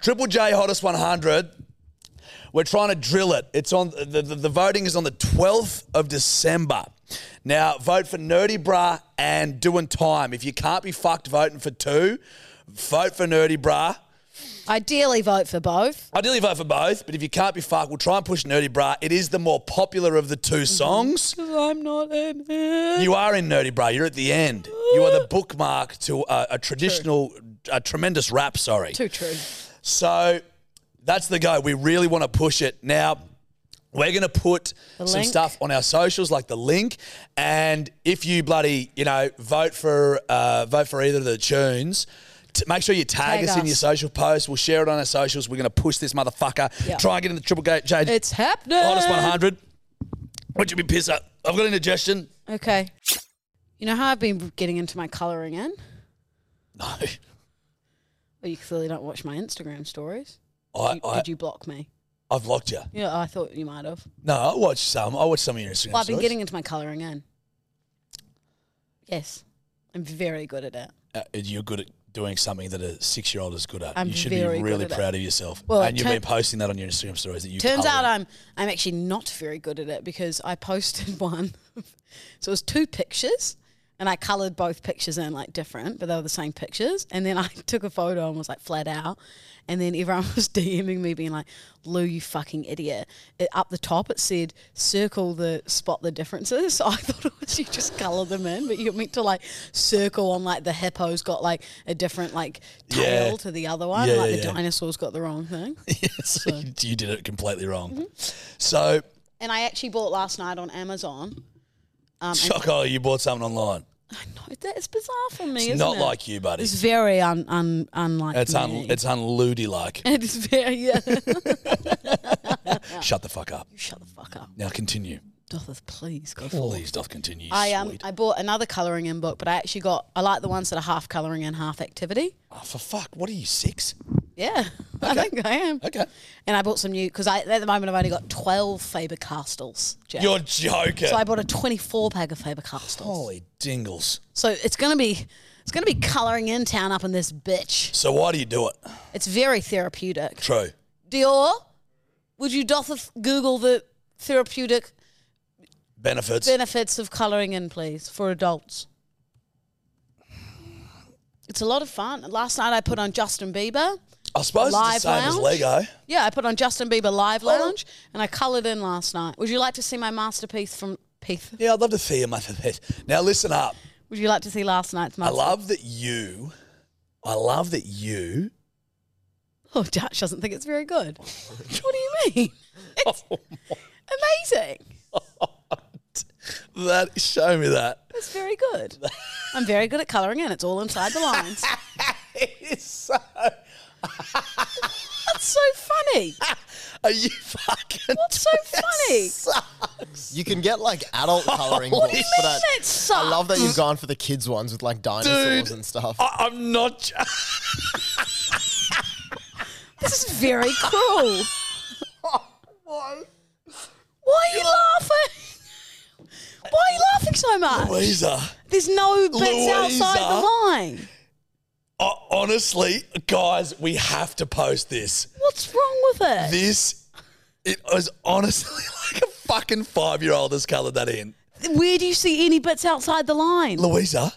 Triple J Hottest 100. We're trying to drill it. It's on the, the, the voting is on the 12th of December. Now vote for Nerdy Bra and Doing Time. If you can't be fucked voting for two, vote for Nerdy Bra. Ideally, vote for both. Ideally vote for both, but if you can't be fucked, we'll try and push Nerdy Bra. It is the more popular of the two songs. I'm not an it. You are in Nerdy Bra. You're at the end. You are the bookmark to a, a traditional, a tremendous rap. Sorry. Too true. So that's the go. We really want to push it. Now, we're going to put The some link. stuff on our socials, like the link. And if you bloody, you know, vote for uh, vote for either of the tunes, t- make sure you tag, Tag us, in your us. social posts. We'll share it on our socials. We're going to push this motherfucker. Yeah. Try and get in the triple gate. Jade, It's happening. hottest 100. Would you be pissed up? I've got an indigestion. Okay. You know how I've been getting into my colour again? No. Well, you clearly don't watch my Instagram stories. I, You- I, did you block me? I've locked you. Yeah, I thought you might have. No, I watched some. I watched some of your Instagram Well, I've been stories. getting into my colour again. Yes, I'm very good at it. uh, you're good at doing something that a six year old is good at. I'm you should very be good really at it. proud of yourself. Well, and you've turn- been posting that on your Instagram stories that you Turns colour. out I'm I'm actually not very good at it because I posted one, so it was two pictures, and I coloured both pictures in like different, but they were the same pictures. And then I took a photo and was like flat out, and then everyone was DMing me being like, "Lou, you fucking idiot!" It, up the top it said, "Circle the spot the differences." So I thought it was you just colour them in, but you meant to like circle on like the hippo's got like a different like tail Yeah. to the other one, Yeah, like yeah, the yeah. dinosaur's got the wrong thing. Yes, you- you did it completely wrong. Mm-hmm. So, And I actually bought last night on Amazon. Um, and Choco, you bought something online. I know that it's bizarre for me. It's isn't not it? like you, buddy. It's very un, un unlike It's un, me. it's unloody like. It's very yeah. Shut the fuck up. Shut the fuck up, Now continue. Dothis, please go for it. Please don't continue. I I um I bought another colouring in book, but I actually got I like the ones that are half colouring in, half activity. oh, for fuck, what are you six? Yeah, I think I am. Okay, And I bought some new because I at the moment I've only got twelve Faber Castles. Jack. you're Oh. joking. so I bought a twenty-four pack of Faber Castles. Holy dingles. So it's gonna be it's gonna be colouring in town up in this bitch. So why do you do it? It's very therapeutic. True. Dior, would you doth Google the therapeutic Benefits. benefits of colouring in, please, for adults? It's a lot of fun. Last night I put on Justin Bieber. I suppose it's the Live same as lounge? Lego. Yeah, I put on Justin Bieber Live Oh. Lounge and I coloured in last night. Would you like to see my masterpiece from Peath? Yeah, I'd love to see him after this. Now listen up. Would you like to see last night's I masterpiece? love that you. I love that you. Oh, Dutch doesn't think it's very good. what do you mean? Oh It's amazing. That show me that. It's very good. I'm very good at colouring in. It's all inside the lines. It's so. That's so funny. Are you fucking? What's so funny? You can get like adult coloring What books, do you but I, That sucks. I love that you've gone for the kids ones with like dinosaurs Dude. and stuff. I, I'm not. j- This is very cruel. Why are you laughing? Why are you laughing so much? Louisa. There's no bits Louisa. outside the line. ho- honestly, guys, we have to post this. What's wrong with it? This. It was honestly like a fucking five-year-old has coloured that in. Where do you see any bits outside the line? Louisa,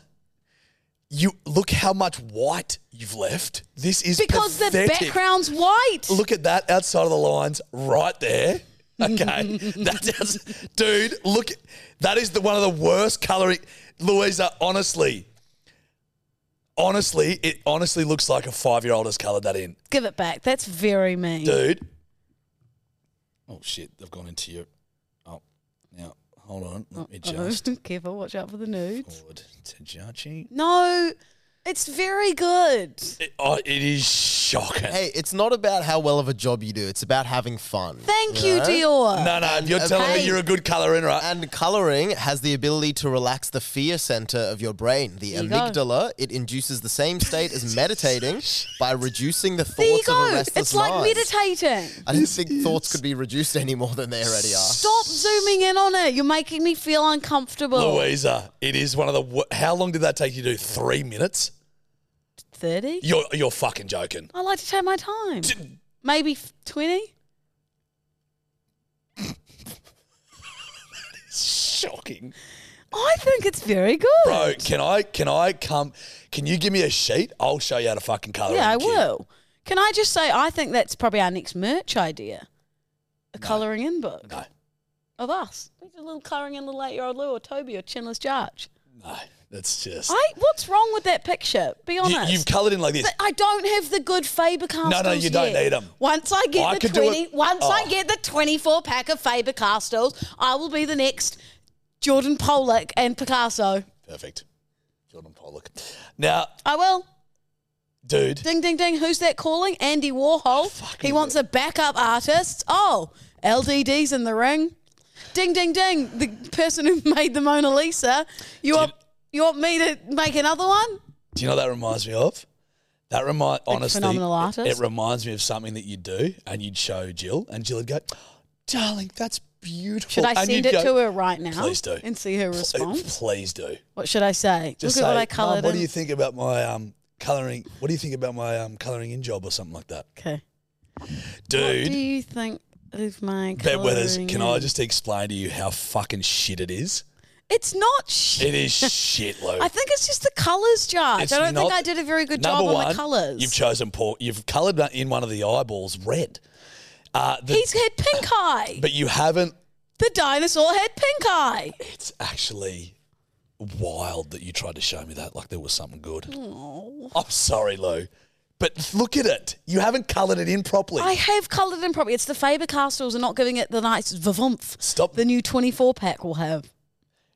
You look how much white you've left. This is because pathetic. the background's white. Look at that outside of the lines, right there. Okay, that does, dude. Look, that is the one of the worst coloring. Louisa, honestly, honestly, it honestly looks like a five-year-old has coloured that in, Give it back. That's very mean. dude. Oh shit, they've gone into you. Oh, now hold on, let me just Oh, careful, watch out for the nudes. forward to Jachi. No, it's very good. It, oh, it is shocking. Hey, it's not about how well of a job you do. It's about having fun. Thank you, Dior. no, no, if you're and- telling me hey. you're a good colour in, right? And coloring has the ability to relax the fear center of your brain, the There you go. amygdala. It induces the same state as meditating by reducing the There you thoughts of a go. restless It's like mind. meditating. I didn't think thoughts could be reduced any more than they already are. Stop zooming in on it. You're making me feel uncomfortable. Louisa, it is one of the. wo- How long did that take you to do? Three minutes? 30? You're you're fucking joking. I like to take my time. Maybe 20? Shocking, I think it's very good. bro. Can I can I come? Can you give me a sheet? I'll show you how to fucking color. yeah, I will. Can I just say, I think that's probably our next merch idea a colouring in book No, of us. We do a little colouring in little eight year old Lou or Toby or Chinless Judge. no, that's just. I, what's wrong with that picture? Be honest. you, have colored in like this. But I don't have the good Faber Castles. No, no, you don't yet. need 'em. Once I get I the could do it- twenty, once I Oh. get the twenty-four pack of Faber Castles, I will be the next Jordan Pollock and Picasso. Perfect, Jordan Pollock. Now, I will. dude, Ding, ding, ding. Who's that calling? Andy Warhol. he wants a backup artist. Oh, LDD's in the ring. Ding, ding, ding. The person who made the Mona Lisa. You want you want me to make another one? do you know what that reminds me of? That remind honestly, phenomenal it- It, artist. reminds me of something that you'd do, and you'd show Jill, and Jill would go, "Darling, that's beautiful." Should I And send you'd it go, to her right now? Please do. And see her Pl- response. Please do. What should I say? Just Look say, at what I "Mum, coloured. what do in." you think about my um, colouring? What do you think about my um, colouring in job or something like that? Okay. Dude, What do you think of my Bedweathers, colouring can in? I just explain to you how fucking shit it is? It's not shit. It is shit, Lou. I think it's just the colours, Judge. It's I don't not- think I did a very good Number job on one, the colours. You've chosen poor. You've coloured that in one of the eyeballs red. Uh, the, He's had pink eye. but you haven't. the dinosaur had pink eye. It's actually wild that you tried to show me that like there was something good. I'm sorry, Lou. But look at it. You haven't coloured it in properly. I have coloured in properly. It's the Faber Castles and not giving it the nice vavumph Stop. the new 24 pack will have.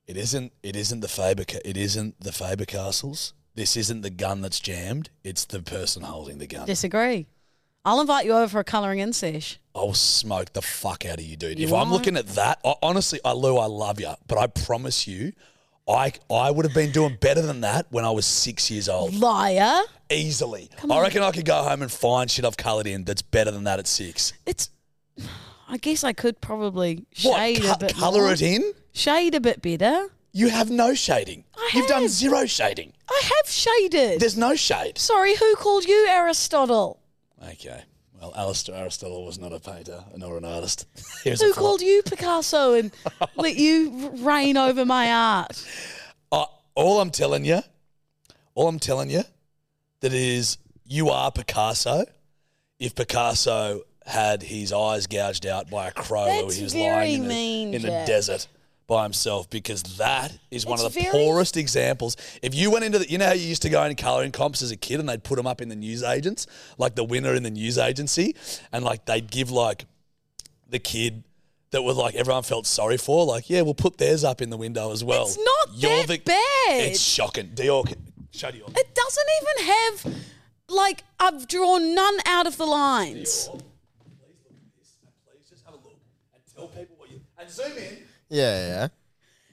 It isn't. It isn't the Faber. Ca- It isn't the Faber Castles. This isn't the gun that's jammed. It's the person holding the gun. Disagree. I'll invite you over for a colouring in sesh. I'll smoke the fuck out of you, dude. if You I'm looking at that, I, honestly, I, Lou, I love you, but I promise you, I I would have been doing better than that when I was six years old, Liar. easily. I reckon I could go home and find shit I've coloured in that's better than that at six. It's. I guess I could probably What shade a co- bit. colour more. it in? Shade a bit better. You have no shading. I You've done have. zero shading. I have shaded. There's no shade. Sorry, who called you Aristotle? Okay. Well, Alistair Aristotle was not a painter nor an artist. He was a Who philo- called you Picasso and let you reign over my art? Uh, all I'm telling you, all I'm telling you, that is, you are Picasso. If Picasso had his eyes gouged out by a crow, or That's he was very lying in, mean, the, in the Jack. desert by himself, because that is one of It's the very- poorest examples. If you went into the, you know how you used to go in colouring comps as a kid, and they'd put them up in the newsagents, like the winner in the news agency, and like they'd give like the kid that was like everyone felt sorry for. Like, yeah, we'll put theirs up in the window as well. It's not that bad. It's shocking. Dior, can- show Dior. It doesn't even have, like, I've drawn none out of the lines. Please just have a look and tell people what you and zoom in. Yeah, yeah.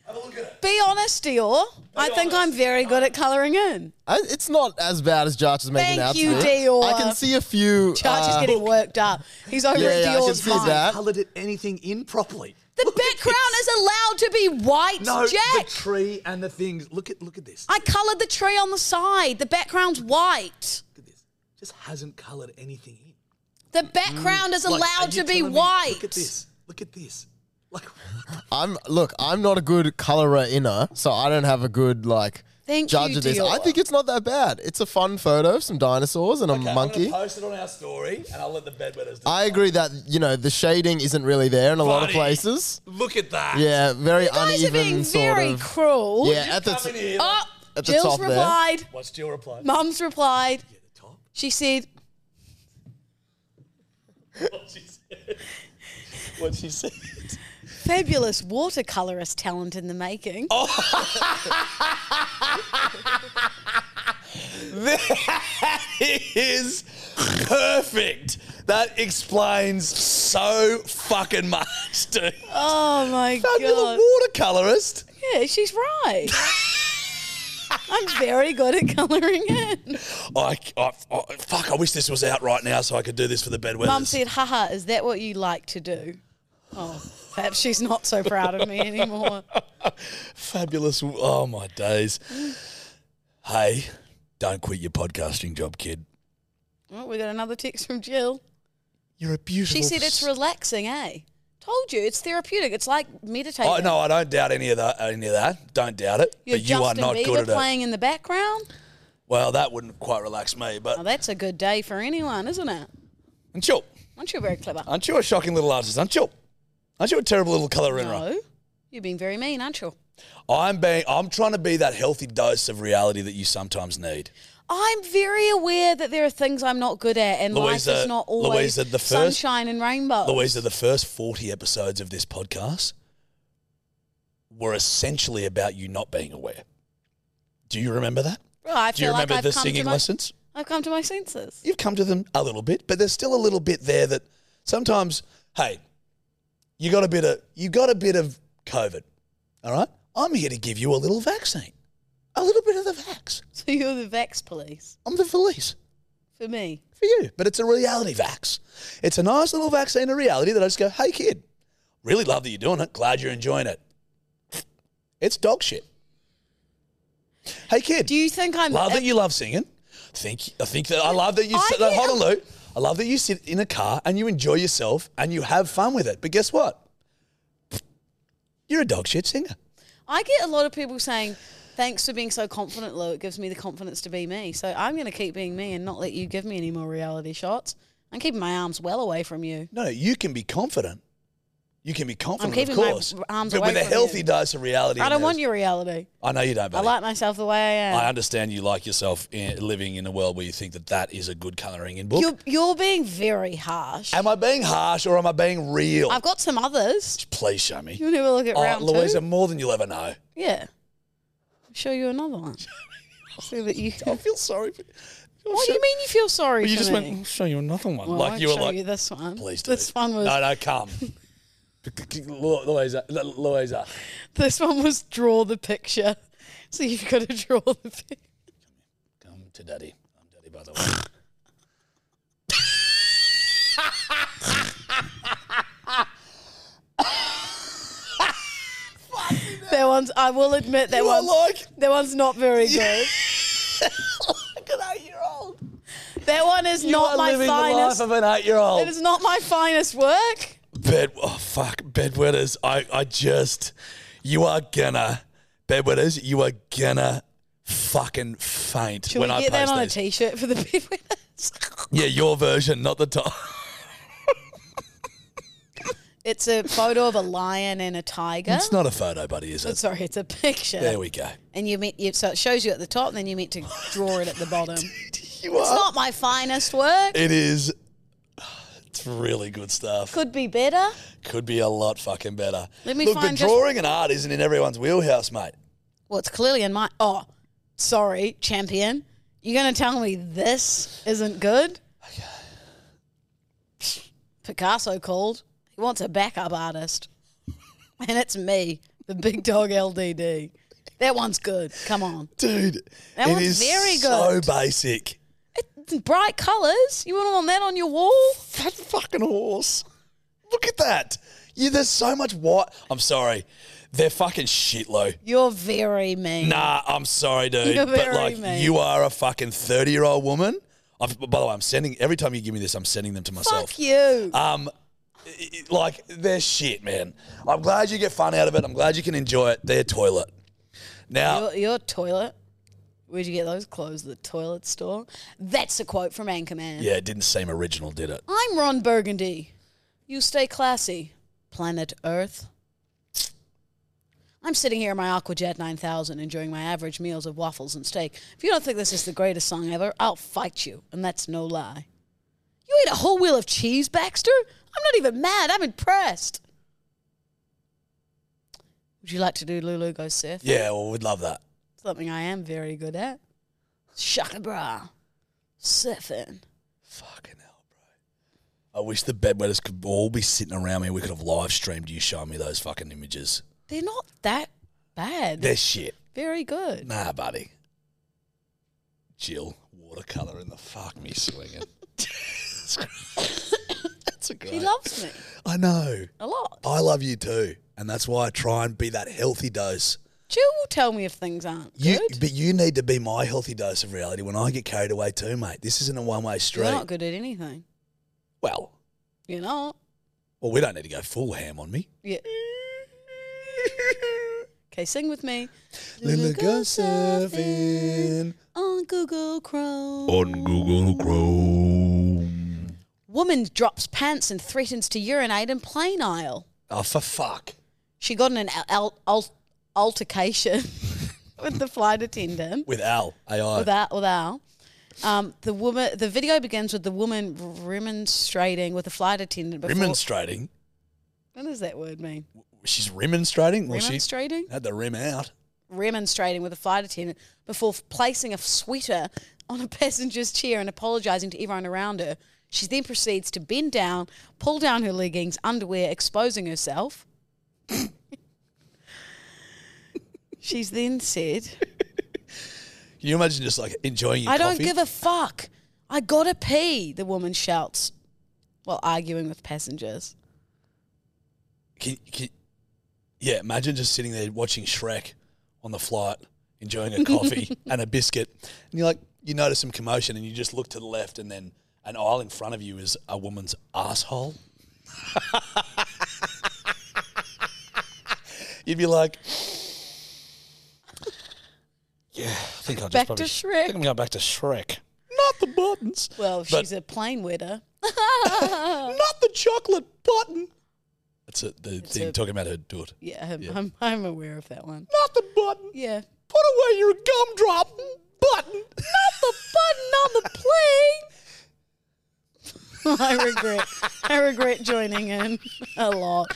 Have a look at it. Be honest, Dior. I think I'm very good at colouring in. I, it's not as bad as Jarch is making Thank out you, to be. Dior. I can see a few. Charge is uh, getting worked up. He's over yeah, at yeah, I can Dior's see mind. that. Coloured it anything in properly. The background is allowed to be white, no Jack. the tree and the things. Look at look at this. I coloured the tree on the side. The background's white. Look at this. Just hasn't coloured anything in. The background is Like, are allowed you to be telling me- white. Look at this. Look at this. Like I'm look. I'm not a good colorer inner, so I don't have a good like Thank judge you, of this. Dior. I think it's not that bad. It's a fun photo of some dinosaurs and a monkey. I'm gonna post it on our story, and I'll let the bedwetters. do I it. agree that you know the shading isn't really there in a lot of Buddy, places. Look at that. Yeah, very guys are uneven being sort very of. cruel. yeah, at the Come in here. Oh, At the Jill's top there. replied. What's your reply? Mum's replied. She said, What she said. fabulous watercolorist talent in the making. Oh. That is perfect. That explains so fucking much, dude. my You're Oh, God. the watercolorist. Yeah, she's right. I'm very good at colouring in. I, I, I- fuck. I wish this was out right now so I could do this for the bedwetters. Mum said, haha, is that what you like to do? Oh, perhaps she's not so proud of me anymore. Fabulous. Oh, my days. Hey, don't quit your podcasting job, kid. Oh, we got another text from Jill. You're a beautiful. She said it's relaxing, eh? Told you, it's therapeutic. It's like meditating. Oh, no, I don't doubt any of that. Any of that. Don't doubt it. You're but you Justin are not Bieber good at it. playing in the background. Well, that wouldn't quite relax me, but Oh, that's a good day for anyone, isn't it? aren't you? Aren't you very clever? Aren't you a shocking little artist? Aren't you? Aren't you a terrible little colorinner? No, you're being very mean, aren't you? I'm being. I'm trying to be that healthy dose of reality that you sometimes need. I'm very aware that there are things I'm not good at, and life Louisa- is not always Louisa, the first- sunshine and rainbows. Louisa, the first 40 episodes of this podcast were essentially about you not being aware. Do you remember that? Well, I Do you feel like remember I've the come to singing my- lessons? I've come to my senses. You've come to them a little bit, but there's still a little bit there that sometimes, hey, you got a bit of you got a bit of COVID. All right? I'm here to give you a little vaccine. A little bit of the vax. So you're the Vax police I'm the police for me. for you. But it's a reality vax. It's a nice little vaccine of reality that I just go, hey kid, really love that you're doing it. Glad you're enjoying it. It's dog shit. Hey kid, Do you think I'm? love that you love singing. Think I think that I love that you. I sit- no, think- hold on, Lou. I love that you sit in a car and you enjoy yourself and you have fun with it. But guess what? You're a dog shit singer. I get a lot of people saying, "Thanks for being so confident, Lou. It gives me the confidence to be me." So I'm going to keep being me and not let you give me any more reality shots. I'm keeping my arms well away from you. No, you can be confident. You can be confident, keeping of my course, arms but away with a from healthy you. dose of reality. I in don't there. want your reality. I know you don't. I Buddy. like myself the way I am. I understand you like yourself in, living in a world where you think that that is a good colouring in book. You're, you're being very harsh. am I being harsh or am I being real? I've got some others. Please show me. You'll never look at round Oh, Louisa, two. more than you'll ever know. Yeah. I'll show you another one. so that you. I feel sorry. For, What do you mean you feel sorry Well, for you just me? went. I'll show you another one. Well, like I won't you were show like, you this one. please do. This one was No, no, come. Lu- Louisa, Lu- Louisa. this one was draw the picture. So you've got to draw the picture. Come to daddy. I'm daddy, by the way. That one's I will admit that You are one's like that one's not very good. like an eight-year-old. That one is You not are my living finest. the life of an eight-year-old. It is not my finest work. Bed, oh fuck, bedwetters. I, I just, you are gonna, bedwetters. You are gonna fucking faint Should when we I get that post on these. a t-shirt for the people? yeah, your version, not the top. It's a photo of a lion and a tiger. It's not a photo, buddy, is Oh, it? sorry, it's a picture. There we go. and you meant you, so it shows you at the top, and then you meant to draw it at the bottom. You It's are. not my finest work. It is. It's really good stuff. Could be better. Could be a lot fucking better. Let me Look, find but just- drawing and art isn't in everyone's wheelhouse, mate. Well, it's clearly in my. Oh, sorry, champion. You're going to tell me this isn't good? Picasso called. He wants a backup artist. And it's me, the big dog LDD. That one's good. Come on. Dude, That it one's is very so good. basic. It's bright colours. You wouldn't want that on your wall? That fucking horse. Look at that. Yeah, there's so much white. I'm sorry. They're fucking shit, Lou. You're very mean. Nah, I'm sorry, dude. You're but very like, mean. you are a fucking 30 year old woman. I've, by the way, I'm sending, every time you give me this, I'm sending them to myself. Fuck you. Um, i- i- like, they're shit, man. I'm glad you get fun out of it. I'm glad you can enjoy it. They're toilet. Now, your, your toilet. Where'd you get those clothes? The toilet store? That's a quote from Anchorman. Yeah, it didn't seem original, did it? I'm Ron Burgundy. You stay classy, planet Earth. I'm sitting here in my Aquajet 9000 enjoying my average meals of waffles and steak. If you don't think this is the greatest song ever, I'll fight you, and that's no lie. You ate a whole wheel of cheese, Baxter? I'm not even mad, I'm impressed. Would you like to do Lulu Go Surf? Yeah, well, we'd love that. Something I am very good at. Shaka bra. Surfing. Fucking hell, bro. I wish the bedwetters could all be sitting around me. We could have live streamed you showing me those fucking images. They're not that bad. They're shit. Very good. Nah, buddy. Jill, watercolor in the fuck me swinging. That's a great. He loves me I know. a lot. I love you too, and that's why I try and be that healthy dose. Jill will tell me if things aren't You, good. but you need to be my healthy dose of reality when I get carried away too, mate. This isn't a one-way street. You're not good at anything. Well, You're not. well, we don't need to go full ham on me. Yeah. Okay, sing with me. Little go surfing on Google Chrome. on Google Chrome. Woman drops pants and threatens to urinate in plane aisle. Oh, for fuck. She got in an al- al- altercation with the flight attendant. With Al, AI. without without um, the woman the video begins with the woman remonstrating with the flight attendant before, remonstrating. what does that word mean She's remonstrating? Well, she remonstrating had the rim out. remonstrating with the flight attendant before f- placing a sweater on a passenger's chair and apologizing to everyone around her she then proceeds to bend down pull down her leggings underwear exposing herself she's then said Can you imagine just like enjoying your I coffee? don't give a fuck. I gotta pee, the woman shouts while arguing with passengers. Can, can, yeah, imagine just sitting there watching Shrek on the flight, enjoying a coffee and a biscuit, and you're like, you notice some commotion, and you just look to the left, and then an aisle in front of you is a woman's asshole. You'd be like, yeah, I think I'll just Back probably to sh- Shrek. I think I'm going back to Shrek. Not the buttons. Well, But- she's a plain wetter. not the chocolate button. That's it, the thing a- talking about her do it. Yeah, I'm, I'm, I'm aware of that one. Not the button. Yeah. Put away your gumdrop button. Not the Button on the plane! I regret. I regret joining in a lot.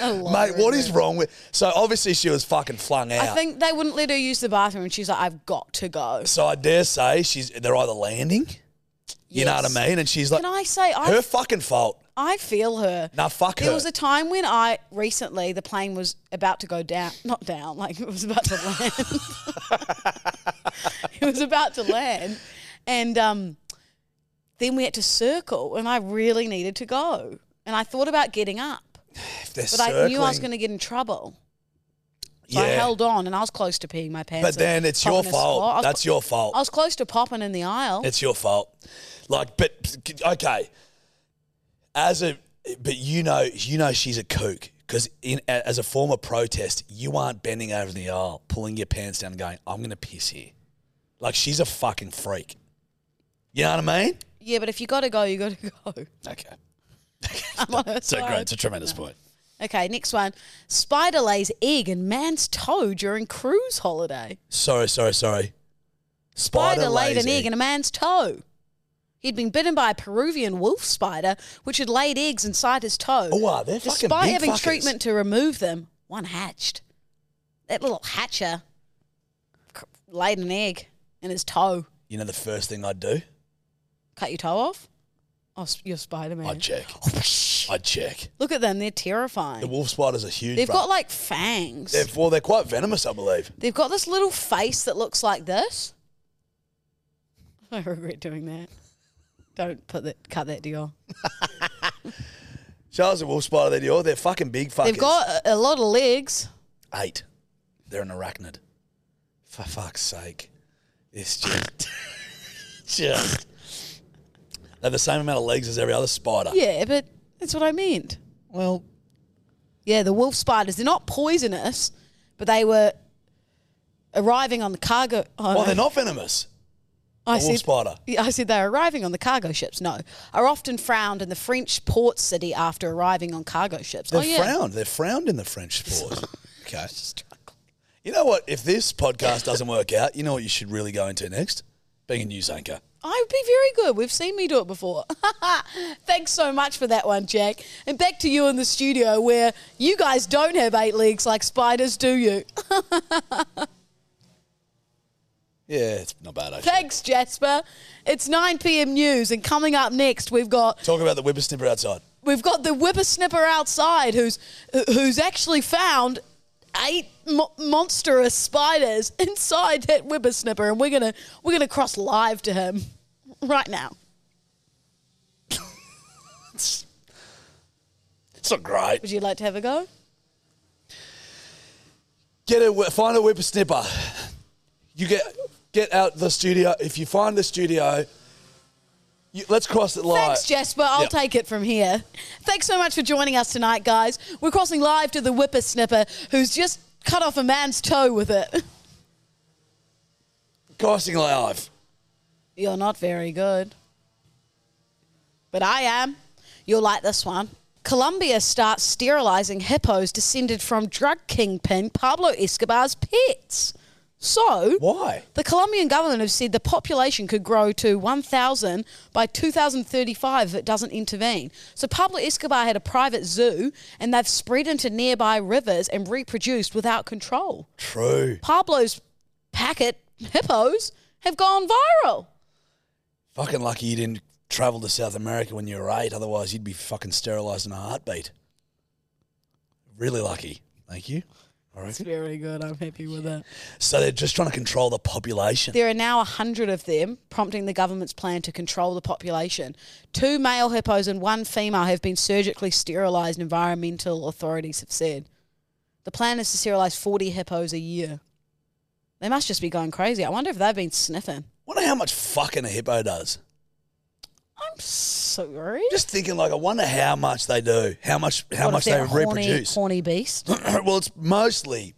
A lot. Mate, I what is regret. wrong with? So obviously she was fucking flung out. I think they wouldn't let her use the bathroom, and she's like, I've got to go. so I dare say she's they're either landing, you know what I Yes. mean, and she's like, Can I say, I her fucking fault. I feel her. Nah, fuck there her. was a time when I recently the plane was about to go down, not down, like it was about to land. it was about to land, and um, then we had to circle, and I really needed to go, and I thought about getting up, if they're but I knew I was circling- going to get in trouble. So Yeah, I held on, and I was close to peeing my pants. but then and it's your popping a squat. I fault. was- That's your fault. I was close to popping in the aisle. It's your fault. Like, but okay. As a, but you know, you know she's a kook because in a- as a form of protest, you aren't bending over the aisle, pulling your pants down, and going, "I'm gonna piss here." Like she's a fucking freak. You know what I mean? yeah, but if you got to go, you got to go. Okay. I'm on her So great. side. It's a tremendous point. Okay, next one. Spider lays egg in man's toe during cruise holiday. Sorry, sorry, sorry. Spider, laid lays an egg in a man's toe. He'd been bitten by a Peruvian wolf spider, which had laid eggs inside his toe. Oh, wow, they're fucking Despite big having fuckers. treatment to remove them, one hatched. That little hatcher c- laid an egg in his toe. You know the first thing I'd do? Cut your toe off? Oh, s- you're Spider Man. I'd check. Oh, I'd check. Look at them, they're terrifying. The wolf spiders are huge. They've bruh. got like fangs. They're, well, they're quite venomous, I believe. They've got this little face that looks like this. I regret doing that. Don't put that, cut that deal. Charles the wolf spider, they're Dior, they're fucking big fuckers. They've got a, a lot of legs. eight. They're an arachnid. For fuck's sake. It's just. just. They have the same amount of legs as every other spider. Yeah, but that's what I meant. Well, Yeah, the wolf spiders. They're not poisonous, but they were arriving on the cargo. Oh, Well, no. they're not venomous. I A wolf spider. Yeah, I said they're arriving on the cargo ships. No, are often frowned in the French port city after arriving on cargo ships. They're oh yeah, frowned. They're frowned in the French sport. okay. You know what? If this podcast doesn't work out, you know what you should really go into next? Being a news anchor. I would be very good. We've seen me do it before. Thanks so much for that one, Jack. And back to you in the studio, where you guys don't have eight legs like spiders, do you? Yeah, it's not bad, actually. Thanks, Jasper. It's 9 p.m. news, and coming up next, we've got Talk about the whippersnipper outside. we've got the whippersnipper outside who's who's actually found eight mo- monstrous spiders inside that whippersnipper and we're gonna we're gonna cross live to him right now It's not great. would you like to have a go Get a whi- find a whippersnipper. You get get out the studio. If you find the studio, you, let's cross it live. Thanks, Jasper. I'll Yep. take it from here. Thanks so much for joining us tonight, guys. We're crossing live to the whippersnipper who's just cut off a man's toe with it. Crossing live. You're not very good. But I am. You'll like this one. Colombia starts sterilizing hippos descended from drug kingpin Pablo Escobar's pets. So, Why? the Colombian government have said the population could grow to 1,000 by 2035 if it doesn't intervene. So Pablo Escobar had a private zoo, and they've spread into nearby rivers and reproduced without control. True. Pablo's packet hippos have gone viral. Fucking lucky you didn't travel to South America when you were eight. Otherwise, you'd be fucking sterilized in a heartbeat. Really lucky. Thank you. I reckon. very good. I'm happy with it. So they're just trying to control the population. There are now a hundred of them, prompting the government's plan to control the population. Two male hippos and one female have been surgically sterilised, environmental authorities have said. The plan is to sterilise 40 hippos a year. They must just be going crazy. I wonder if they've been sniffing. Wonder how much fucking a hippo does. I'm sorry. Just thinking, like, I wonder how much they do, how much, how What if much they they're a horny, reproduce. Horny beast. well, it's mostly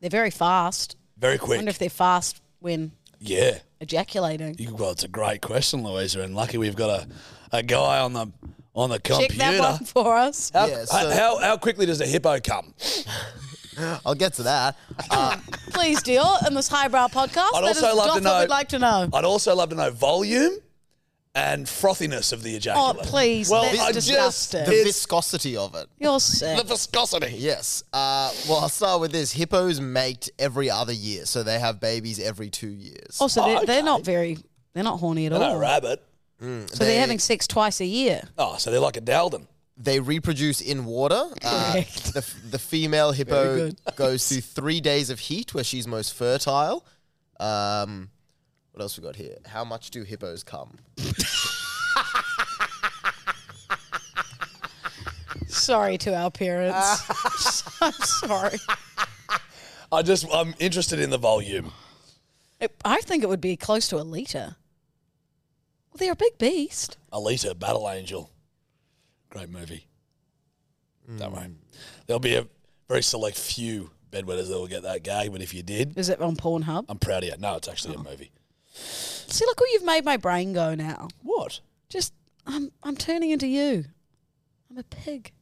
They're very fast. very I quick. wonder if they're fast when yeah. ejaculating. You- well, it's a great question, Louisa, and lucky we've got a, a guy on the on the computer. Check that one for us. How, Yeah, so- how, how quickly does a hippo come? I'll get to that. Uh, Please, deal in this highbrow podcast. I'd that is also love Doth to that know. We'd like to know. I'd also love to know volume and frothiness of the Oh, ejaculate. please. Well, that's I just- disgusting. the viscosity of it. You're sick. The viscosity. Yes. Uh, well, I'll start with this. Hippos mate every other year, so they have babies every two years. Also, Oh, they're, okay. they're not very, they're not horny at And all. a rabbit. So they're having sex twice a year. Oh, so they're like a Daldon. They reproduce in water. Uh, Correct. the, f- the female hippo good. goes through three days of heat where she's most fertile. Um, what else we got here? How much do hippos come? Sorry to our parents. I'm sorry. I just I'm interested in the volume. It- I think it would be close to a liter. Well, they're a big beast. Alita, Battle Angel. Great movie. Don't worry. There'll be a very select few bedwetters that will get that gag, but if you did, Is it on Pornhub? I'm proud of you. No, it's actually a movie. See, look where you've made my brain go now. What? Just, I'm, I'm turning into you. I'm a pig.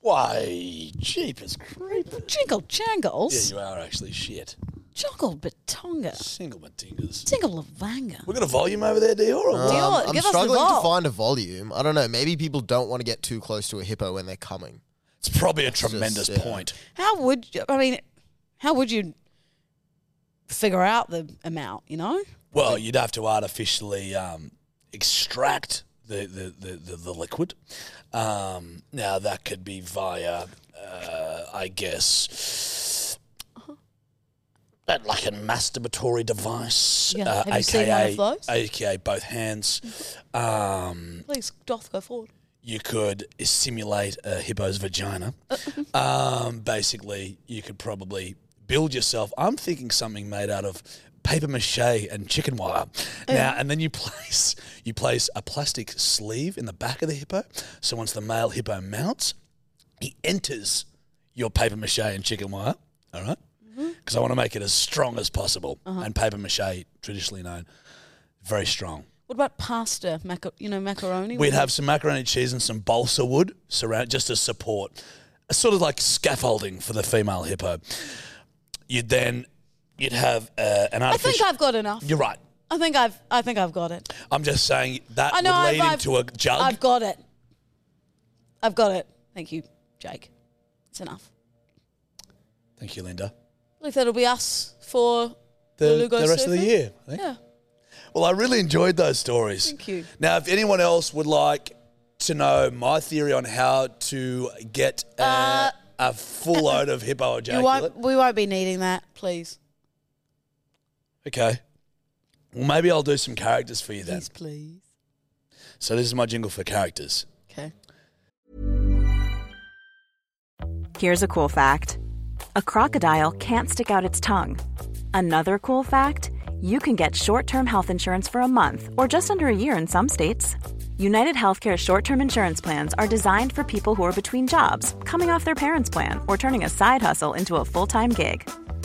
Why, jeepers creepers. Jingle Yeah, jangles. you are actually shit. Jingle batonga. Single matingas. Jingle lavanga. We got a volume over there, Dior? Uh, Or what? Dior, Um, I'm give us the struggling to vol. find a volume. I don't know. Maybe people don't want to get too close to a hippo when they're coming. It's probably a just, tremendous yeah. point. How would you, I mean, how would you figure out the amount, you know? Well, you'd have to artificially um, extract the, the, the, the, the liquid. Um, now, that could be via, uh, I guess, that like a masturbatory device, Yeah, uh, have you seen one of those? aka both hands. Um, Please, Doth, go forward. you could simulate a hippo's vagina. um, basically, you could probably build yourself. I'm thinking something made out of paper mache and chicken wire. Now, and then you place you place a plastic sleeve in the back of the hippo. So once the male hippo mounts, he enters your paper mache and chicken wire. All right. because I want to make it as strong as possible. And paper mache, traditionally known, very strong. What about pasta? Maca- you know, macaroni. We'd have some macaroni and cheese and some balsa wood surround just as support, a sort of like scaffolding for the female hippo. You'd then you'd have uh, an I think artificial. I've got enough. You're right. I think I've. I think I've got it. I'm just saying that I know. would I've, lead I've- into a jug. I've got it. I've got it. Thank you, Jake. It's enough. Thank you, Linda. Look, that'll be us for The, Lulu the goes rest of the surfing? year. I think. yeah. Well, I really enjoyed those stories. Thank you. Now, if anyone else would like to know my theory on how to get a, Uh, a full load of hippo You ejaculate, won't. We won't be needing that. Please. okay. Well, maybe I'll do some characters for you then. Please, please. So this is my jingle for characters. Okay. Here's a cool fact a crocodile can't stick out its tongue. Another cool fact you can get short term health insurance for a month or just under a year in some states. United Healthcare short term insurance plans are designed for people who are between jobs, coming off their parents' plan, or turning a side hustle into a full time gig.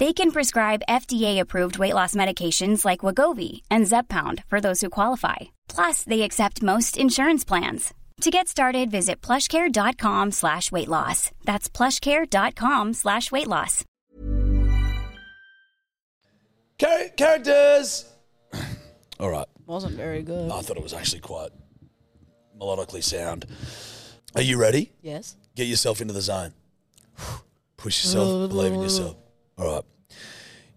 They can prescribe FDA-approved weight loss medications like Wagovi and Zepbound for those who qualify. Plus, they accept most insurance plans. To get started, visit plushcare.com slash weight loss. That's plushcare.com slash weight loss. Char- characters. All right. Wasn't very good. I thought it was actually quite melodically sound. Are you ready? Yes. Get yourself into the zone. Push yourself, believe in yourself. All right.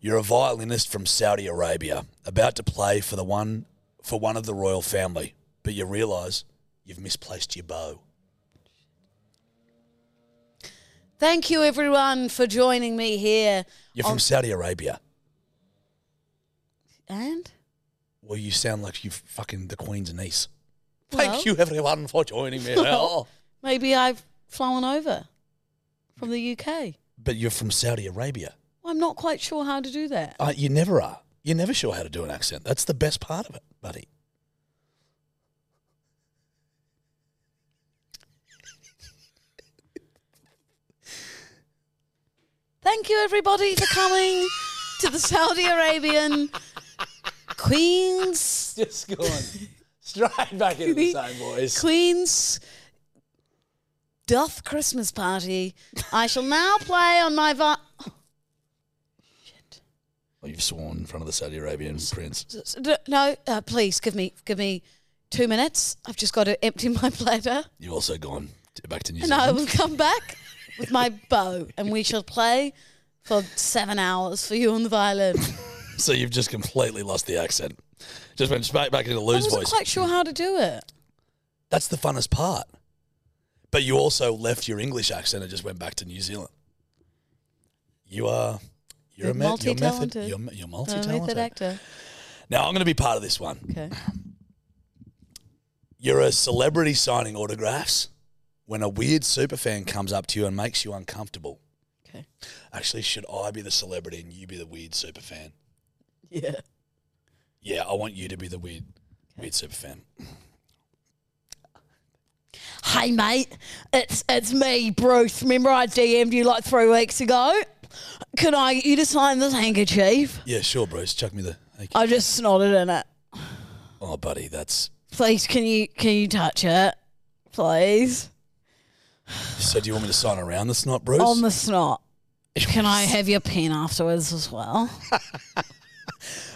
You're a violinist from Saudi Arabia, about to play for the one for one of the royal family, but you realize you've misplaced your bow. Thank you, everyone, for joining me here. You're from on- Saudi Arabia. and Well, you sound like you've fucking the Queen's niece. Well- Thank you everyone for joining me. Well- maybe I've flown over from the UK. but you're from Saudi Arabia. Well, I'm not quite sure how to do that. Uh, you never are. You're never sure how to do an accent. That's the best part of it, buddy. Thank you, everybody, for coming to the Saudi Arabian Queen's Just going straight back into the same voice. Queen's Doth Christmas Party. I shall now play on my vi- Well, Oh, you've sworn in front of the Saudi Arabian prince. S- d- No, uh, please give me give me two minutes. I've just got to empty my bladder, You've also gone to- back to New and I Zealand. will come back with my bow, and we shall play for seven hours for you on the violin. So you've just completely lost the accent. Just went straight back into I Lou's wasn't voice. quite sure how to do it. That's the funnest part. But you also left your English accent and just went back to New Zealand. You are. You're, You're a me- you're method- multi-talented. You're, you're I'm a multi-talented. method actor. Now I'm going to be part of this one. Okay. You're a celebrity signing autographs when a weird superfan comes up to you and makes you uncomfortable. Okay. Actually, should I be the celebrity and you be the weird superfan? Yeah. Yeah, I want you to be the weird, weird superfan. Hey mate, it's it's me, Bruce. Remember I DM'd you like three weeks ago? Can I get you to sign this handkerchief? Yeah, sure, Bruce. Chuck me the. Thank you. I just snotted in it. oh, buddy, that's. Please, can you can you touch it? Please. So, do you want me to sign around the snot, Bruce? On the snot. Can I have your pen afterwards as well?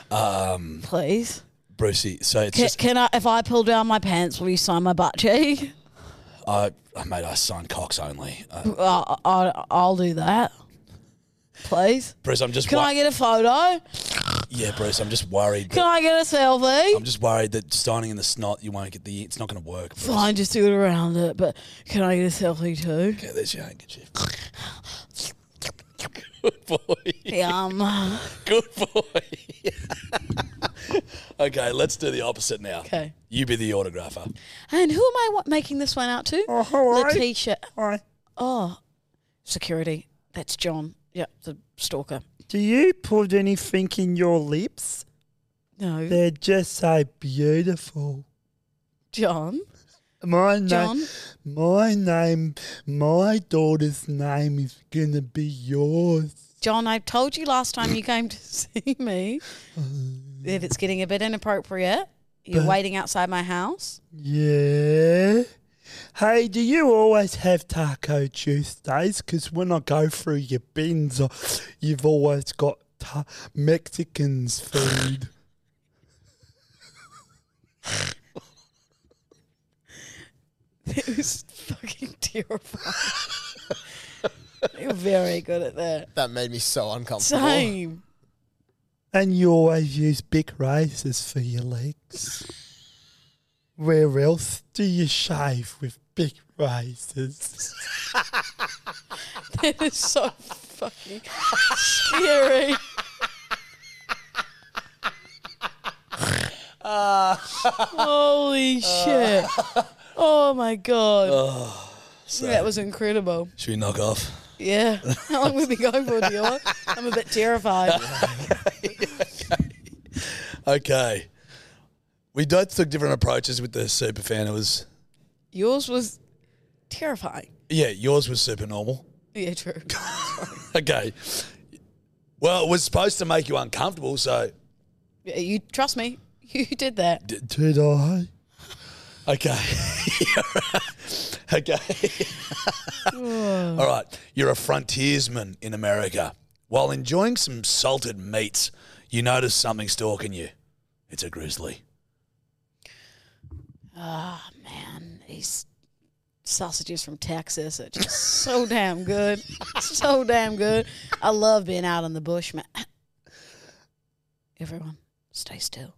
Um, Please. Brucey, so it's Ca- just can I, if I pull down my pants, will you sign my butt cheek? I, I made I sign cocks only. Uh, I, I, I'll do that. Please. Bruce, I'm just Can wor- I get a photo? yeah, Bruce, I'm just worried. Can that- I get a selfie? I'm just worried that signing in the snot, you won't get the. It's not going to work. Bruce. Fine, just do it around it, but can I get a selfie too? Yeah, there's your handkerchief. Good boy. Yum. Good boy. okay, let's do the opposite now. Okay. You be the autographer. And who am I wa- making this one out to? Oh, Letitia. Oh, security. That's John. Yeah, the stalker. Do you put anything in your lips? No, They're just so beautiful. John. My John. name, my name, my daughter's name is gonna be yours. John, I told you last time you came to see me that it's getting a bit inappropriate. You're waiting outside my house. Yeah. Hey, do you always have Taco Tuesdays? Because when I go through your bins, I- you've always got ta- Mexicans food. It was fucking terrifying. You're very good at that. That made me so uncomfortable. Same. And you always use big razors for your legs. Where else do you shave with big razors? That is so fucking scary. Holy shit. Oh my god. that was incredible. Should we knock off? Yeah. How long have we been going for, Dior? I'm a bit terrified. Okay. We both took different approaches with the super fan. It was Yours was terrifying. yeah, yours was super normal. Yeah, true. Okay. Well, it was supposed to make you uncomfortable, so Yeah, you trust me. You did that. Did I? okay. okay. Oh. All right. You're a frontiersman in America. While enjoying some salted meats, you notice something stalking you. It's a grizzly. Ah man, these sausages from Texas are just so damn good. So damn good. I love being out in the bush, man. Everyone, stay still.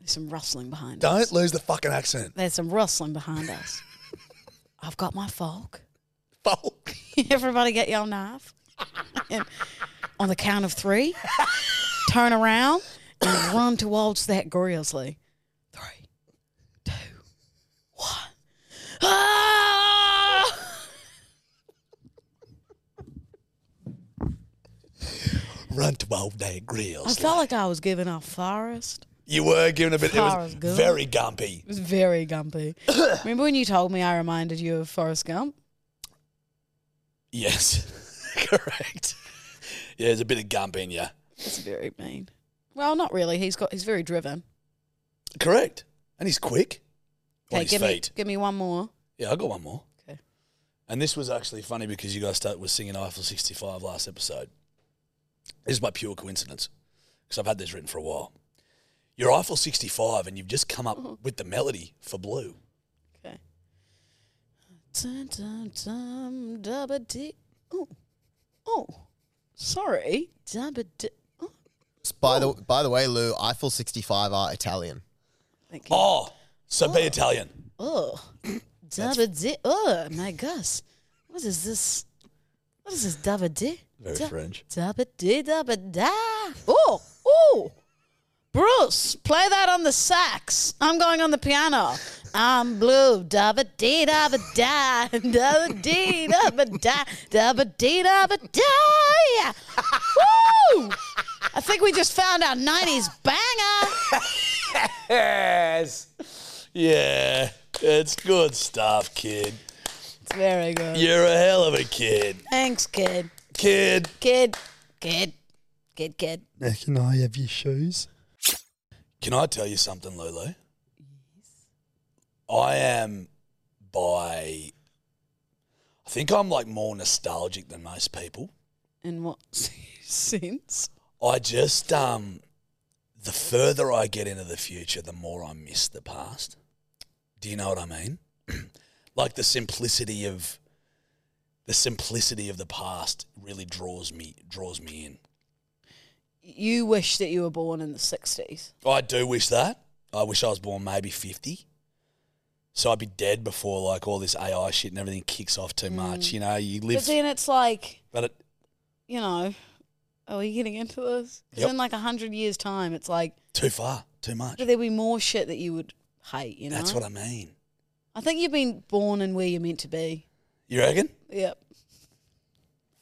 There's some rustling behind us. Don't lose the fucking accent. There's some rustling behind us. I've got my fork. Folk. Everybody get your knife. And on the count of three, turn around and run towards that grizzly. Three, two, one. Ah! Run to old day I grills. felt like I was giving off forest. You were giving a bit. It Flour was is good. very gumpy. It was very gumpy. Remember when you told me I reminded you of Forrest Gump? Yes, correct. Yeah, there's a bit of gump in you. It's very mean. Well, not really. He's got. He's very driven. Correct, and he's quick on his give feet. me give me one more. Yeah, I got one more. Okay. And this was actually funny because you guys start, were singing Eiffel 65 last episode. This is by pure coincidence because I've had this written for a while. You're Eiffel 65 and you've just come up with the melody for Blue. Okay. Dun, dun, dun, dubba dee. Oh, oh, sorry. Dubba dee. Oh, By the by the way, Lou, Eiffel 65 are Italian. thank you. Oh, so be Italian. Oh, dubba dee. Oh, my gosh. What is this? What is this dubba dee? Very Du- French. Dubba dee dubba da. Oh, oh. Bruce, play that on the sax. I'm going on the piano. I'm blue. Dubba dee dubba da. Dubba dee dubba da. Dubba dee dubba da. Yeah. Woo! I think we just found our 90s banger. Yes. Yeah, it's good stuff, kid. It's very good. You're a hell of a kid. Thanks, kid. Kid. Kid. Kid. Kid, kid. Now can I have your shoes? Can I tell you something, Lulu? Yes. I am by. I think I'm like more nostalgic than most people. In what sense? I just um, the further I get into the future, the more I miss the past. Do you know what I mean? like the simplicity of the simplicity of the past really draws me draws me in. You wish that you were born in the 60s. I do wish that. I wish I was born maybe 50. So I'd be dead before like all this AI shit and everything kicks off too much. You know, you live Mm. But then it's like, but it, you know, are we getting into this? 'Cause Yep. In like 100 years' time, it's like, too far, too much. but there'll be more shit that you would hate, you know? That's what I mean. I think you've been born in where you're meant to be. You reckon? Yep.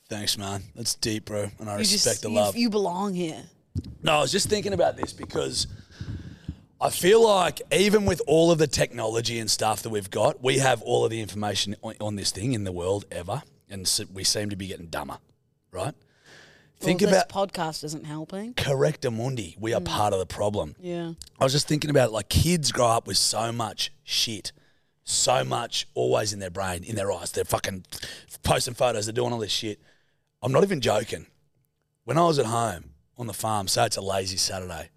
Thanks, man. That's deep, bro. And I you respect just, the you- love. You, belong here. No, I was just thinking about this because I feel like even with all of the technology and stuff that we've got, we have all of the information on, on this thing in the world ever, and so we seem to be getting dumber, right? Think well, about This podcast isn't helping. correcta mundi. We are part of the problem. Yeah. I was just thinking about like kids grow up with so much shit, so much always in their brain, in their eyes. They're fucking posting photos, they're doing all this shit. I'm not even joking. When I was at home on the farm, say it's a lazy Saturday,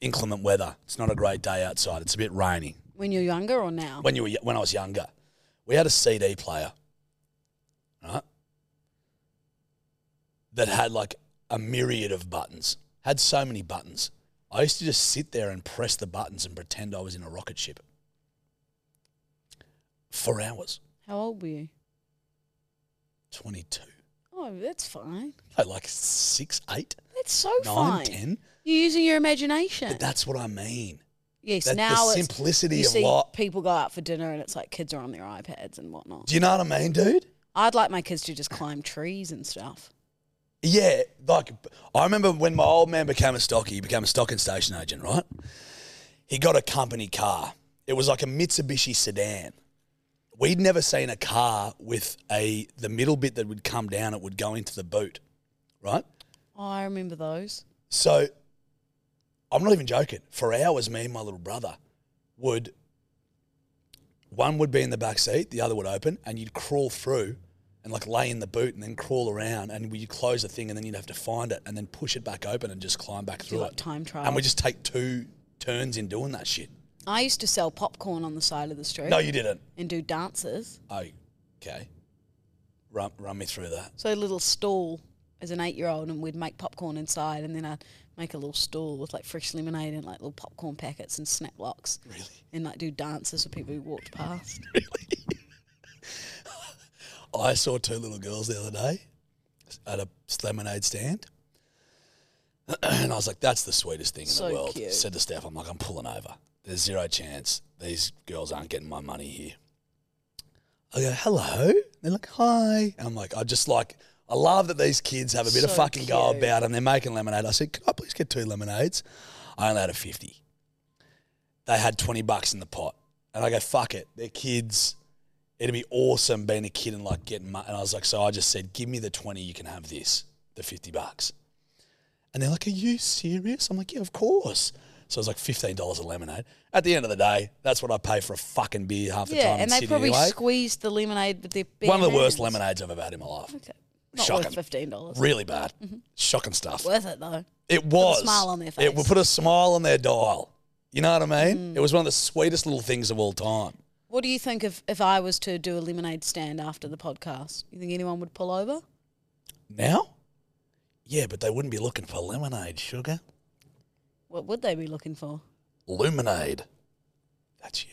inclement weather, it's not a great day outside, it's a bit rainy. When you're younger or now? When you were when I was younger, we had a CD player, right? That had like a myriad of buttons. Had so many buttons. I used to just sit there and press the buttons and pretend I was in a rocket ship for hours. How old were you? Twenty-two, Oh, that's fine. no, like six, eight, That's so nine, fine. ten. You're using your imagination. But that's what I mean. yes, that the now it's- simplicity you of see life- People go out for dinner and it's like kids are on their iPads and whatnot. Do you know what I mean, dude? I'd like my kids to just climb trees and stuff. Yeah, like I remember when my old man became a stocky, he became a stock and station agent, right? He got a company car. It was like a Mitsubishi sedan. We'd never seen a car with a the middle bit that would come down, it would go into the boot, right? Oh, I remember those. So I'm not even joking. For hours, me and my little brother would one would be in the back seat, the other would open, and you'd crawl through and like lay in the boot and then crawl around and we'd close the thing and then you'd have to find it and then push it back open and just climb back Do through like it. time trial. And we just take two turns in doing that shit. I used to sell popcorn on the side of the street. No, you didn't. And do dances. Okay. Run, run me through that. So a little stall as an eight-year-old, and we'd make popcorn inside, and then I'd make a little stall with like fresh lemonade and like little popcorn packets and snap locks. Really? And like do dances for people who walked past. I saw two little girls the other day at a lemonade stand. And I was like, that's the sweetest thing in So the world. cute. Said to Steph, I'm like, I'm pulling over. There's zero chance these girls aren't getting my money here. I go, hello. They're like, hi. And I'm like, I just like, I love that these kids have a bit of So fucking go cute. about and they're making lemonade. I said, can I please get two lemonades? I only had a 50. They had 20 bucks in the pot. And I go, fuck it. They're kids. It'd be awesome being a kid and like getting money. And I was like, so I just said, give me the 20, you can have this, the 50 bucks. And they're like, are you serious? I'm like, yeah, of course. So it was like $15 a lemonade. At the end of the day, that's what I pay for a fucking beer half the yeah, time. in and they Sydney probably anyway. squeezed the lemonade with their bare One of the worst hands. lemonades I've ever had in my life. Okay. Not Shocking. worth fifteen dollars. Mm-hmm. Really bad. Shocking stuff. Worth it though. It was. smile on their It would face. Mm. put a smile on their dial. You know what I mean? It was one of the sweetest little things of all time. What do you think if, if I was to do a lemonade stand after the podcast? You think anyone would pull over? Now? Yeah, but they wouldn't be looking for lemonade, sugar. What would they be looking for? Luminade. That's you.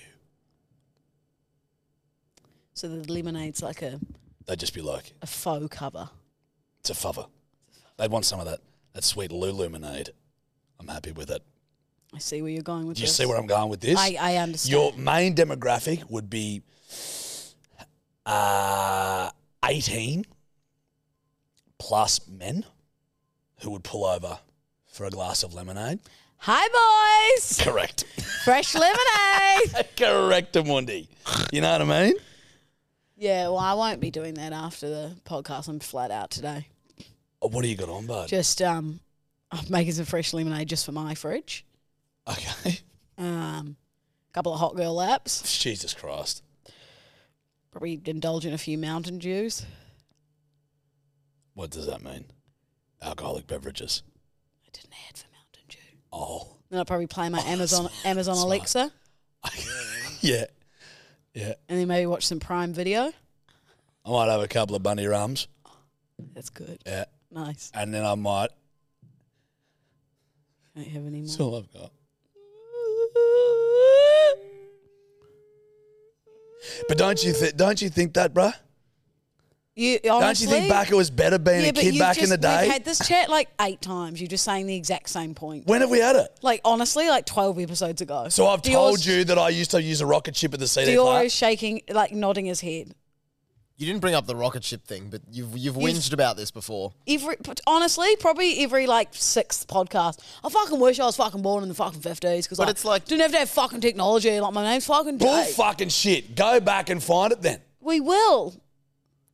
So the lemonade's like a, They'd just be like, a faux cover. it's a fava. They'd want some of that, that sweet Luluminade. I'm happy with it. I see where you're going with Do you this. see where I'm going with this? I, I understand. Your main demographic would be uh, 18 plus men who would pull over for a glass of lemonade. Hi, boys. Correct. Fresh lemonade. Correct, Amundi. You know what I mean? yeah, well, I won't be doing that after the podcast. I'm flat out today. Oh, What do you got on, bud? Just um, I'm making some fresh lemonade just for my fridge. okay. Um, couple of hot girl laps. Jesus Christ. Probably indulge in a few Mountain Dews. What does that mean? Alcoholic beverages. I did an ad for Mountain Dew. Oh. Then I'll probably play my Amazon Amazon Alexa, Yeah. Yeah. and then maybe watch some Prime Video. I might have a couple of bunny rums. That's good. Yeah. Nice. And then I might. Don't have any more. That's all I've got. But don't you th- don't you think that, bruh? You, don't you think honestly- Barker was better being Yeah, a but kid you've back in just- the day? We've had this chat like eight times. You're just saying the exact same point. when have we had it? Like honestly, like twelve episodes ago. So I've Dior's- told you that I used to use a rocket ship at the CD Dior park. is shaking, like nodding his head. You didn't bring up the rocket ship thing, but you've you've You've- whinged about this before. Every but honestly, probably every like sixth podcast. I fucking wish I was fucking born in the fucking fifties because But like, it's like- didn't have to have fucking technology. Like my name's fucking Bull Dave. fucking shit. Go back and find it then. we will.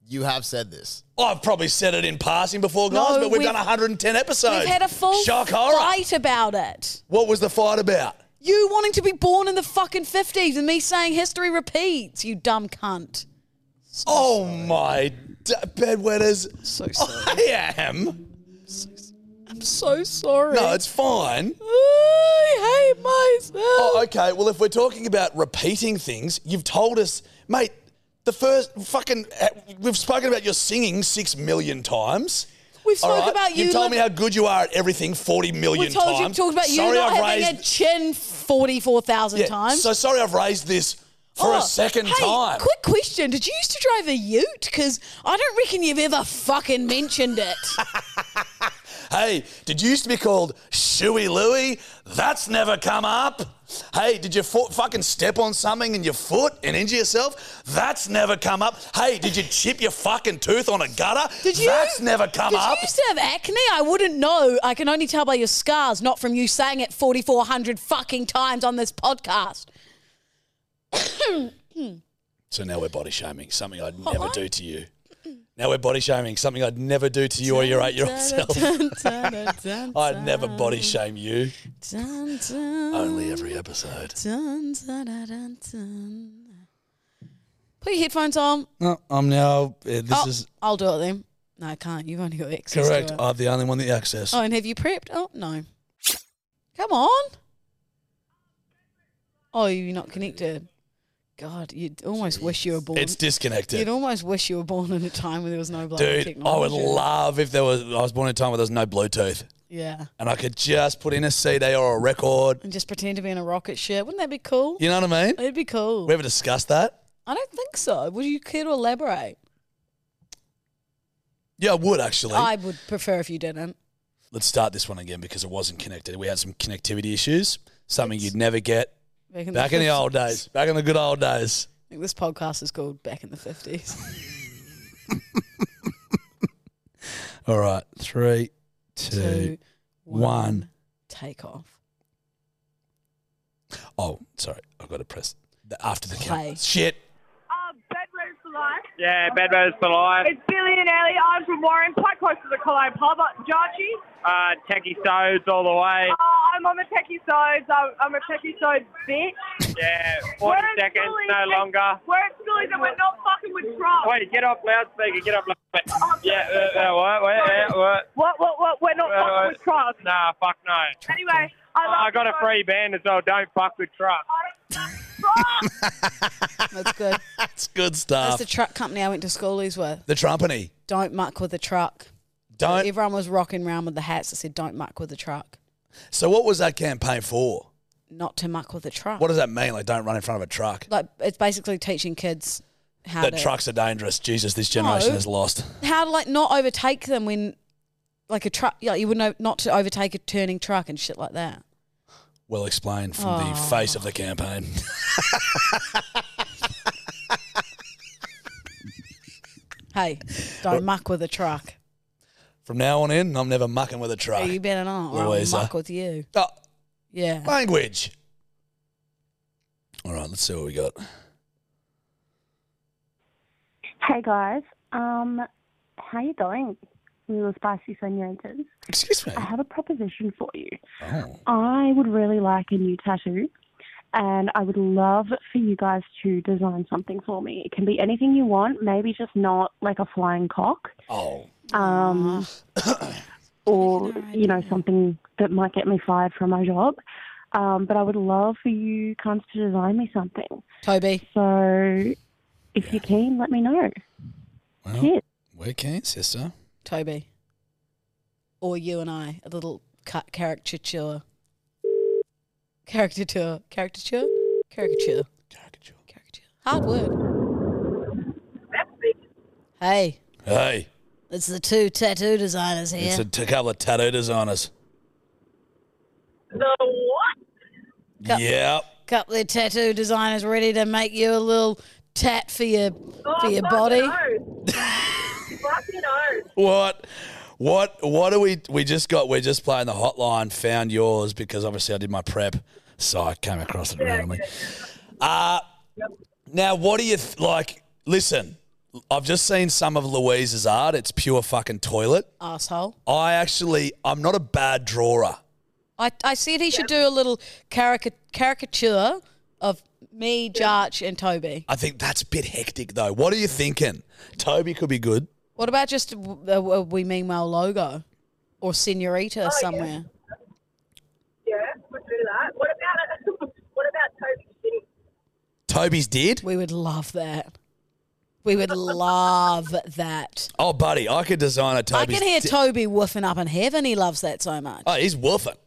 You have said this. I've probably said it in passing before, guys, No, but we've, we've- done 110 episodes. We've had a full shock horror. fight about it. What was the fight about? You wanting to be born in the fucking fifties and me saying history repeats. You dumb cunt. oh my d- bedwetters. So sorry. I am. I'm so sorry. No, it's fine. I hate myself. Oh, okay. Well, if we're talking about repeating things, you've told us, mate. The first fucking eh, we've spoken about your singing six million times. We've All spoken right? about you. You've told li- me how good you are at everything forty million We've told times. you, talked about you sorry, not I've having raised, a chin forty-four thousand yeah, times. So sorry, I've raised this for Oh, a second hey, time. Quick question: Did you used to drive a Ute? Because I don't reckon you've ever fucking mentioned it. Hey, did you used to be called Shuey Louie? That's never come up. Hey, did you fo- fucking step on something in your foot and injure yourself? That's never come up. Hey, did you chip your fucking tooth on a gutter? Did you? That's never come Did up. you used to have acne? I wouldn't know. I can only tell by your scars, not from you saying it forty-four hundred fucking times on this podcast. So now we're body shaming, something I'd never do to you. Now we're body shaming, something I'd never do to you or your eight year old self. I'd never body shame you. Dun, dun, Only every episode. dun, dun, dun, dun, dun. Put your headphones on. No, I'm now, uh, this oh, is I'll do it then. No, I can't. You've only got access. correct. To it. I'm the only one that access. Oh, and have you prepped? Oh no. Come on. Oh, you're not connected. God, you'd almost wish you were born. It's disconnected. you'd almost wish you were born in a time when there was no bloody Dude, I technology. would love if there was. I was born in a time where there was no Bluetooth, Yeah, and I could just put in a CD or a record. and just pretend to be in a rocket ship. Wouldn't that be cool? You know what I mean? It'd be cool. We ever discussed that? I don't think so. Would you care to elaborate? Yeah, I would actually. I would prefer if you didn't. Let's start this one again because it wasn't connected. We had some connectivity issues, something you'd never get back in the old days, back in the good old days. I think this podcast is called Back in the Fifties. All right, three, two, one. Two, Take off. Oh, sorry, I've got to press the, after the Play. count. Shit. Oh, bedwetters for life. Yeah, Bedwetters for Life. It's Billy and Ellie. I'm from Warren, quite close to the Colo Pub. Jarchi, Uh, techie Sodes all the way. oh, I'm on the techie sodes. I'm, I'm a techie sodes bitch. Yeah, We're 40 at seconds, schoolies no and- longer. We're at schoolies and we're not fucking with Trump. Wait, get off loudspeaker, get off loudspeaker. Yeah, uh, uh, what, what, yeah, what? What, what, what? We're not Uh, fucking uh, with Trump. Nah, fuck no. Anyway, I, love I got a you free band as well, don't fuck with truck. guys. Trump. That's good. That's good That's stuff. the truck company I went to schoolies with. the trumpany. Don't muck with the truck. Don't. Everyone was rocking around with the hats that said "Don't muck with the truck." so, what was that campaign for? Not to muck with the truck. What does that mean? Like, don't run in front of a truck. like it's basically teaching kids how that to trucks are dangerous. Jesus, this generation No. is lost. how to like not overtake them when like a truck. Like you would know not to overtake a turning truck and shit like that. Well explained from the Oh. face of the campaign. Hey, don't muck with a truck. from now on in, I'm never mucking with a Yeah, truck. you better not. or I'll Louisa. muck with you. Oh, Yeah. language. All right, let's see what we got. Hey guys, um, how you going, little spicy senoritas? Excuse me. I have a proposition for you. Oh. I would really like a new tattoo, and I would love for you guys to design something for me. It can be anything you want, maybe just not like a flying cock. Oh. Um, or you know something that might get me fired from my job. Um, but I would love for you cunts to design me something, Toby. So if you're keen, let me know. Well, We're keen, sister. Toby. Or you and I, a little ca- caricature. Caricature. Caricature? Caricature. Caricature. Hard word. Hey, Hey, it's the two tattoo designers here. it's a t- couple of tattoo designers. the what? Couple, Yep. Couple of tattoo designers ready to make you a little tat for your Oh, for your body. What? What? What are we? We just got. We're just playing the hotline. Found yours because obviously I did my prep, so I came across it randomly. Uh, now what do you th- like? Listen, I've just seen some of Louise's art. It's pure fucking toilet. Asshole. I actually, I'm not a bad drawer. I, I said he should do a little carica- caricature of me, Jarch, and Toby. I think that's a bit hectic though. What are you thinking? Toby could be good. What about just a, a, a We Mean Well logo or Senorita somewhere? Yeah, we'll do that. What about what about Toby City? Toby's did. We would love that. We would love that. Oh, buddy, I could design a Toby's. I can hear di- Toby woofing up in heaven. He loves that so much. Oh, he's woofing.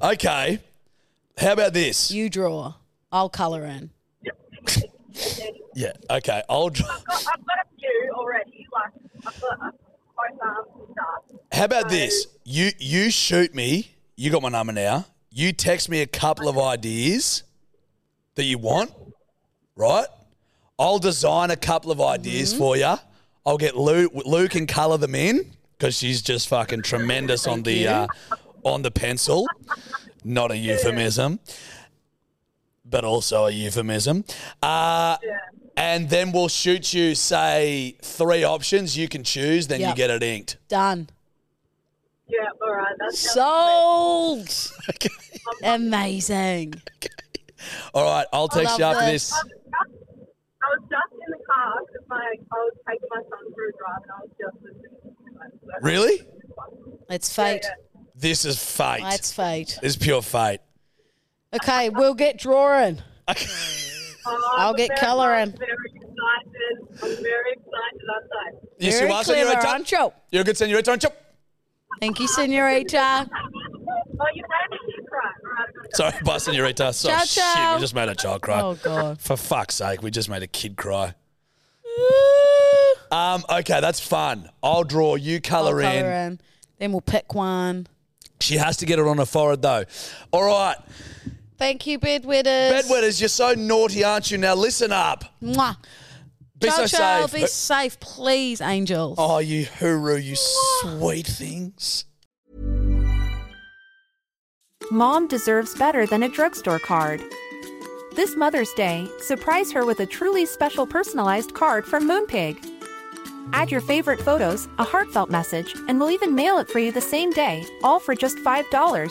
okay. How about this? You draw. I'll colour in. Yeah. Okay. I'll. Dr- I've got, I've got a few already. Like I've got uh, both arms and stuff. How about this? You you shoot me. You got my number now. You text me a couple of ideas that you want, right? I'll design a couple of ideas for you. I'll get Luke. Luke can color them in because she's just fucking tremendous on the uh, on the pencil. Not a euphemism, but also a euphemism. Uh, And then we'll shoot you say three options. You can choose. Then you Yep. get it inked. Done. Yeah, all right. That's Sold. Amazing. All right, I'll I text love you after this. this. I was just in the car because my I was taking my son for a drive and I was just listening. Really? It's fate. This is fate. It's fate. It's pure fate. Okay, we'll get drawing. I'll I'm get very- colouring. I'm Very excited. I'm very excited. I'm like, Yes, you are, clever, senorita. aren't you? You're a good senorita, aren't you? Thank you, senorita. oh, you made me cry. All right, Sorry, bye, senorita. So Ciao, Oh, shit, ciao. we just made a child cry. Oh, God. For fuck's sake, we just made a kid cry. um, okay, that's fun. I'll draw, you colour I'll in. colour in. Then we'll pick one. She has to get it on her forehead though. All right. Thank you, bedwetters. Bedwetters, you're so naughty, aren't you? Now listen up. Mwah. Be so Ciao, ciao. safe. Be safe, please, angels. Oh, you hooroo, you sweet things. Mom deserves better than a drugstore card. This Mother's Day, surprise her with a truly special personalized card from Moonpig. Add your favorite photos, a heartfelt message, and we'll even mail it for you the same day, all for just $5.